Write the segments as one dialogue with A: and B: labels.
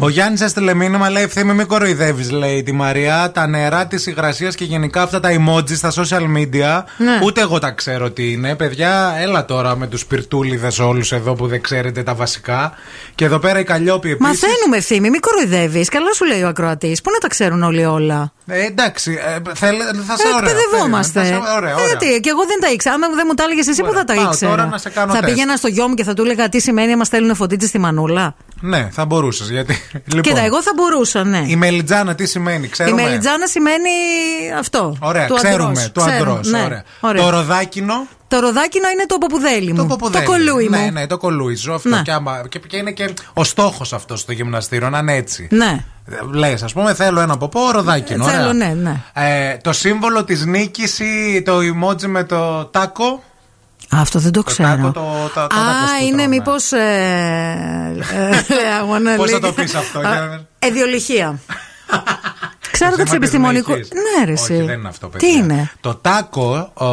A: Ο Γιάννης έστειλε μήνυμα, λέει: Ευθύμη, μην κοροϊδεύεις, λέει τη Μαρία. Τα νερά της υγρασίας και γενικά αυτά τα emoji στα social media.
B: Ναι.
A: Ούτε εγώ τα ξέρω τι είναι. Παιδιά, έλα τώρα με τους πυρτούλιδες όλους εδώ που δεν ξέρετε τα βασικά. Και εδώ πέρα η Καλλιόπη επίση.
B: Μαθαίνουμε ευθύμη, μην κοροϊδεύεις. Καλά σου λέει ο ακροατής. Πού να τα ξέρουν όλοι όλα.
A: Ε, εντάξει, ε, θέλε, θα σε
B: Ε,
A: ωραία.
B: Εκπαιδευόμαστε.
A: περίμενα, θα σε- Ωραία, ωραία.
B: Γιατί, και εγώ δεν τα ήξερα. Άμα δεν μου τα έλεγες εσύ, πού
A: Ωραία,
B: θα τα
A: πάω
B: ήξερα.
A: τώρα να σε κάνω
B: θα
A: τεστ.
B: πήγαινα στο γιο μου και θα του έλεγα τι σημαίνει άμα στέλνουν φωτίτη στη μανούλα.
A: Ναι, θα μπορούσες. Γιατί... Λοιπόν,
B: Κοίτα, εγώ θα μπορούσα, ναι.
A: Η μελιτζάνα τι σημαίνει,
B: Η
A: ξέρουμε.
B: μελιτζάνα σημαίνει αυτό.
A: ναι. Ωραία,
B: του
A: ξέρουμε.
B: αντρός.
A: Το
B: Ξέρουμε,
A: αντρός.
B: ναι.
A: Ωραία.
B: Ωραία.
A: Το ροδάκινο.
B: Το ροδάκινο είναι το ποπουδέλι μου.
A: Το ποποδέλι.
B: κολούι
A: ναι,
B: μου.
A: Ναι, το κολούι σου. Αυτό
B: Ναι.
A: και, άμα, και, και είναι και ο στόχος αυτός στο γυμναστήριο, να είναι έτσι.
B: Ναι.
A: Λες, ας πούμε, θέλω ένα ποπό, ροδάκινο.
B: Ε, θέλω,
A: ωραία.
B: ναι, ναι.
A: Ε, το σύμβολο της νίκης ή το emoji με το τάκο.
B: Αυτό δεν το ξέρω.
A: τάκο, ναι. το- τα- τα τάκος
B: Α,
A: που
B: είναι ε,
A: τρώμε.
B: μήπω. ε,
A: Πώς θα το πεις αυτό, για
B: Εδιολυχία. Ξέρω
A: Το σήμα
B: τα της
A: της
B: επιστημονικού-
A: μαγικής.
B: Ναι, ρε, εσύ.
A: Όχι, δεν είναι αυτό,
B: Τι
A: παιδιά.
B: είναι?
A: Το τάκο ο,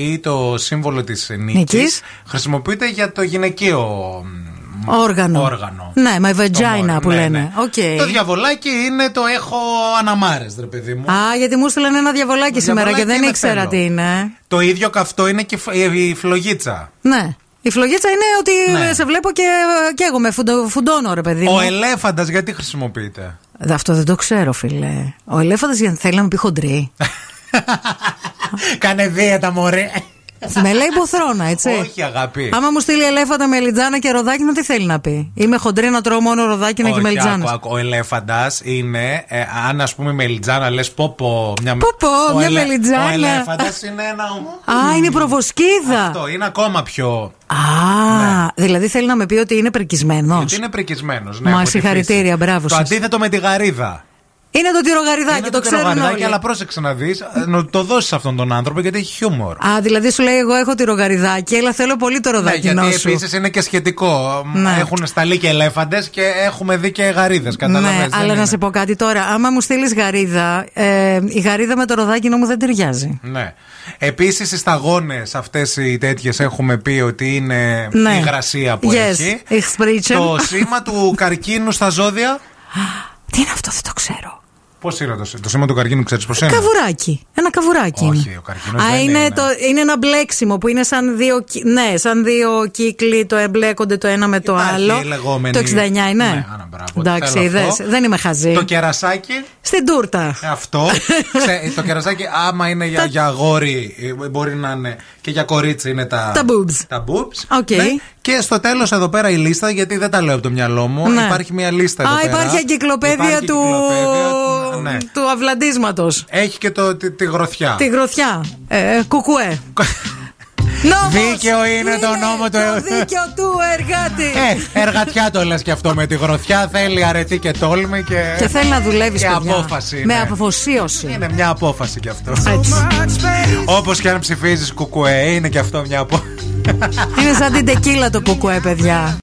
A: ή το σύμβολο της νίκης
B: Νίκης.
A: χρησιμοποιείται για το γυναικείο μ,
B: Όργανο.
A: όργανο.
B: Ναι,
A: Το
B: my
A: μόνο,
B: vagina που
A: ναι,
B: λένε.
A: ναι.
B: Οκ.
A: Το διαβολάκι είναι το έχω αναμάρες, ρε παιδί μου.
B: Α, γιατί μου έστειλαν ένα διαβολάκι σήμερα
A: διαβολάκι
B: και δεν
A: είναι
B: ήξερα
A: θέλω.
B: τι είναι.
A: Το ίδιο καυτό είναι και η φ- η η φλογίτσα.
B: Ναι. Η φλογίτσα είναι ότι
A: Ναι.
B: σε βλέπω και καίγομαι, φουντο- φουντώνω ρε παιδί μου.
A: Ο ελέφαντας γιατί χρησιμοποιείται.
B: Δε- Αυτό δεν το ξέρω, φίλε. Ο ελέφαντας γιατί θέλει να μου πει χοντρή.
A: Κάνε δίαιτα, μωρέ. Ε,
B: με λέει μποθρόνα, έτσι.
A: Όχι, αγάπη.
B: Άμα μου στείλει ελέφαντα με λιτζάνα και ροδάκινο, τι θέλει να πει. Είμαι χοντρή να τρώω μόνο ροδάκινα και
A: Όχι, άκου,
B: μελιτζάνα.
A: άκου. Ο ελέφαντας είναι, ε, αν ας πούμε μελιτζάνα, λες πω πω. Μια,
B: Πω, πω,
A: Ο
B: μια
A: ελε-
B: μελιτζάνα.
A: Ο ελέφαντας είναι ένα.
B: Α, είναι προβοσκίδα.
A: Αυτό είναι ακόμα πιο.
B: Α, δηλαδή θέλει να με πει ότι είναι περκισμένο.
A: Γιατί είναι πρικισμένος. Ναι,
B: Μα,
A: από τη
B: συγχαρητήρια,
A: φύση. Το
B: μπράβο σας.
A: αντίθετο με τη γαρίδα.
B: Είναι το τυρογαριδάκι,
A: είναι
B: το, ξέρουν
A: τυρογαριδάκι,
B: όλοι.
A: αλλά πρόσεξε να δεις, να το δώσεις αυτόν τον άνθρωπο γιατί έχει χιούμορ.
B: Α, δηλαδή σου λέει εγώ έχω τυρογαριδάκι, αλλά θέλω πολύ το
A: Ναι,
B: ροδάκινό
A: γιατί
B: σου.
A: επίσης είναι και σχετικό.
B: Ναι.
A: Έχουν σταλεί και ελέφαντες και έχουμε δει και γαρίδες.
B: ναι, αλλά να σε πω κάτι τώρα. Άμα μου στείλεις γαρίδα, ε, η γαρίδα με το ροδάκινό μου δεν ταιριάζει.
A: Ναι. Επίσης, οι σταγόνες αυτές οι τέτοιες έχουμε πει ότι είναι
B: Ναι.
A: η υγρασία που
B: Yes,
A: έχει.
B: expression.
A: Το σήμα του καρκίνου στα ζώδια.
B: Τι είναι αυτό, δεν το ξέρω.
A: Πώς είναι το, σή- το σήμα του καρκίνου, ξέρεις πώς είναι.
B: Καβουράκι. Ένα καβουράκι.
A: Όχι,
B: είναι.
A: ο καρκίνος
B: Α,
A: δεν
B: είναι,
A: είναι.
B: Το, είναι ένα μπλέξιμο που είναι σαν δύο, κύ- ναι, σαν δύο κύκλοι, το εμπλέκονται το ένα με το
A: Υπάρχει
B: άλλο.
A: η λεγόμενη-
B: Το 69 είναι.
A: Ναι, άνα, μπράβο,
B: Εντάξει,
A: θέλω
B: είδες,
A: αυτό.
B: δεν είμαι χαζή.
A: Το Ε, κερασάκι.
B: Στην τούρτα.
A: Αυτό. Ξέ- το κερασάκι, άμα είναι για,
B: Τα-
A: για αγόρι, ε, μπορεί να είναι και για κορίτσι είναι τα.
B: Τα boobs.
A: Τα boobs. Ναι.
B: Οκ.
A: Και στο τέλος εδώ πέρα η λίστα, γιατί δεν τα λέω από το μυαλό μου.
B: Ναι.
A: Υπάρχει μια λίστα εδώ
B: Α,
A: πέρα.
B: υπάρχει εγκυκλοπαίδεια
A: Υπάρχει
B: του,
A: εγκυκλοπαίδεια, ναι.
B: του αυλαντίσματος.
A: Έχει και το, τη, τη γροθιά.
B: Τη γροθιά. Ε, κουκουέ. Νόμος!
A: Δίκαιο είναι το νόμο του-
B: Το δίκαιο του εργάτη.
A: Ε, εργατιά το λες και αυτό με τη γροθιά. Θέλει αρετή και τόλμη και.
B: Και θέλει να δουλεύεις
A: και
B: παιδιά.
A: απόφαση.
B: Με
A: ναι.
B: αποφοσίωση.
A: Είναι μια απόφαση κι αυτό.
B: Έτσι.
A: Όπως και αν ψηφίζεις κουκουέ, είναι κι αυτό μια απόφαση.
B: Είναι σαν την τεκίλα το κουκουέ, παιδιά.